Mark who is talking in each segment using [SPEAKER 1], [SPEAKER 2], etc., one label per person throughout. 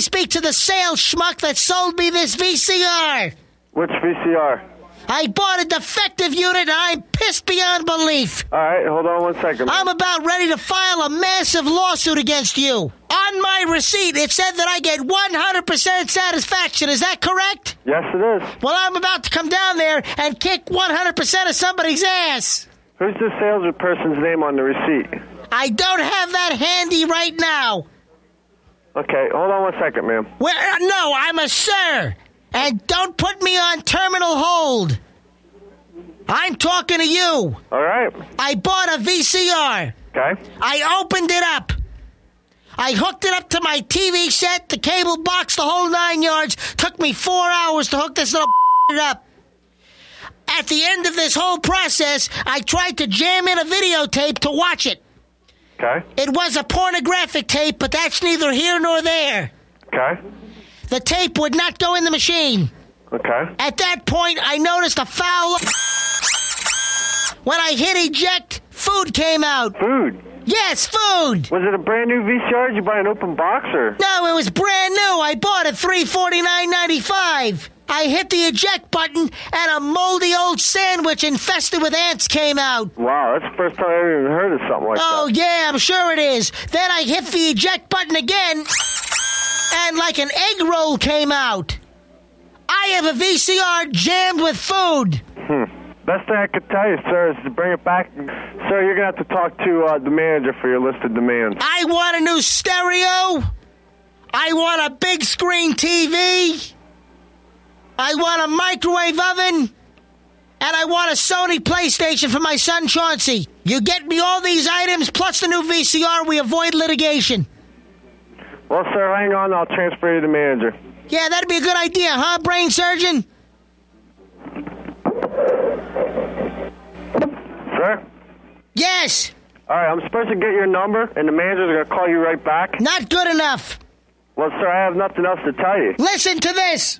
[SPEAKER 1] speak to the sales schmuck that sold me this VCR.
[SPEAKER 2] Which VCR?
[SPEAKER 1] I bought a defective unit and I'm pissed beyond belief.
[SPEAKER 2] All right, hold on one second. man.
[SPEAKER 1] I'm about ready to file a massive lawsuit against you. On my receipt, it said that I get 100% satisfaction. Is that correct?
[SPEAKER 2] yes, it is.
[SPEAKER 1] Well, I'm about to come down there and kick 100% of somebody's ass.
[SPEAKER 2] Who's the salesperson's name on the receipt?
[SPEAKER 1] I don't have that handy right now.
[SPEAKER 2] Okay, hold on one second, ma'am.
[SPEAKER 1] Where? uh, No, I'm a sir. And don't put me on terminal hold. I'm talking to you.
[SPEAKER 2] All right.
[SPEAKER 1] I bought a VCR.
[SPEAKER 2] Okay.
[SPEAKER 1] I opened it up. I hooked it up to my TV set, the cable box, the whole nine yards. Took me four hours to hook this little up. At the end of this whole process, I tried to jam in a videotape to watch it.
[SPEAKER 2] Okay.
[SPEAKER 1] It was a pornographic tape, but that's neither here nor there.
[SPEAKER 2] Okay.
[SPEAKER 1] The tape would not go in the machine.
[SPEAKER 2] Okay.
[SPEAKER 1] At that point, I noticed a foul. When I hit eject, food came out.
[SPEAKER 2] Food.
[SPEAKER 1] Yes, food.
[SPEAKER 2] Was it a brand new VCR? Did you buy an open box or?
[SPEAKER 1] No, it was brand new. I bought it three forty nine ninety five. I hit the eject button, and a moldy old sandwich infested with ants came out.
[SPEAKER 2] Wow, that's the first time I ever even heard of something like
[SPEAKER 1] Oh yeah, I'm sure it is. Then I hit the eject button again, and like an egg roll came out. I have a VCR jammed with food.
[SPEAKER 2] that. Hmm. Best thing I could tell you, sir, is to bring it back. Sir, you're gonna have to talk to uh, the manager for your listed demands.
[SPEAKER 1] I want a new stereo. I want a big screen TV. I want a microwave oven. And I want a Sony PlayStation for my son Chauncey. You get me all these items plus the new VCR, we avoid litigation.
[SPEAKER 2] Well, sir, hang on. I'll transfer you to the manager.
[SPEAKER 1] Yeah, that'd be a good idea, huh, brain surgeon?
[SPEAKER 2] Sir.
[SPEAKER 1] Yes,
[SPEAKER 2] All right, I'm supposed to get your number, and the manager's gonna call you right back.
[SPEAKER 1] not good enough.
[SPEAKER 2] Well, sir, I have nothing else to tell you.
[SPEAKER 1] Listen to this.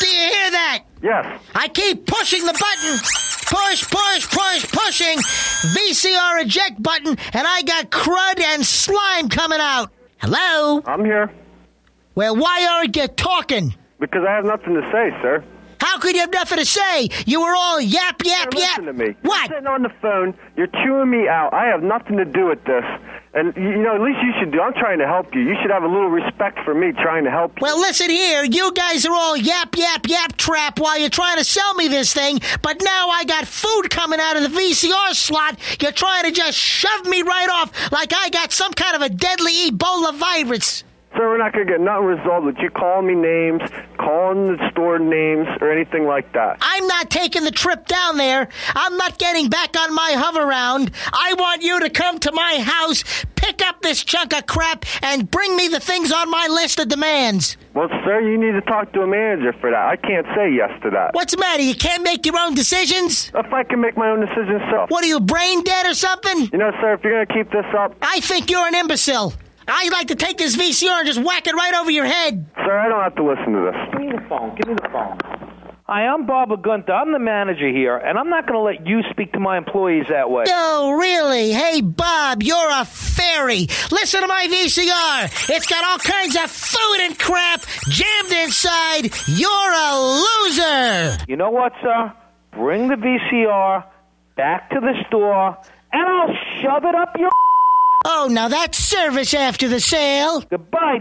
[SPEAKER 1] Do you hear that?
[SPEAKER 2] Yes.
[SPEAKER 1] I keep pushing the button. Push, push, push, pushing. VCR eject button, and I got crud and slime coming out. Hello?
[SPEAKER 2] I'm here
[SPEAKER 1] Well, why aren't you talking?
[SPEAKER 2] because I have nothing to say, sir.
[SPEAKER 1] How could you have nothing to say? You were all yap,
[SPEAKER 2] Sir,
[SPEAKER 1] yap, yap.
[SPEAKER 2] Listen to me.
[SPEAKER 1] What?
[SPEAKER 2] You're sitting on the phone. You're chewing me out. I have nothing to do with this. And you you know, at least you should do. I'm trying to help you. You should have a little respect for me trying to help you.
[SPEAKER 1] Well, listen here. You guys are all yap, yap, yap trap while you're trying to sell me this thing, but now I got food coming out of the VCR slot. You're trying to just shove me right off like I got some kind of a deadly Ebola virus.
[SPEAKER 2] Sir, we're not going to get nothing resolved with you calling me names, calling the store names, or anything like that.
[SPEAKER 1] I'm not taking the trip down there. I'm not getting back on my hover round. I want you to come to my house, pick up this chunk of crap, and bring me the things on my list of demands.
[SPEAKER 2] Well, sir, you need to talk to a manager for that. I can't say yes to that.
[SPEAKER 1] What's the matter? You can't make your own decisions?
[SPEAKER 2] If I can make my own decisions, sir.
[SPEAKER 1] What are you, brain dead or something?
[SPEAKER 2] You know, sir, if you're going to keep this up,
[SPEAKER 1] I think you're an imbecile. I'd like to take this VCR and just whack it right over your head.
[SPEAKER 2] sir, I don't have to listen to this.
[SPEAKER 3] Give me the phone. Give me the phone. Hi, I'm Barbara Gunther. I'm the manager here, and I'm not going to let you speak to my employees that way.
[SPEAKER 1] Oh, really? Hey, Bob, you're a fairy. Listen to my VCR. It's got all kinds of food and crap jammed inside. You're a loser.
[SPEAKER 3] You know what, sir? Bring the VCR back to the store, and I'll shove it up your
[SPEAKER 1] Oh, now that's service after the sale.
[SPEAKER 3] goodbye.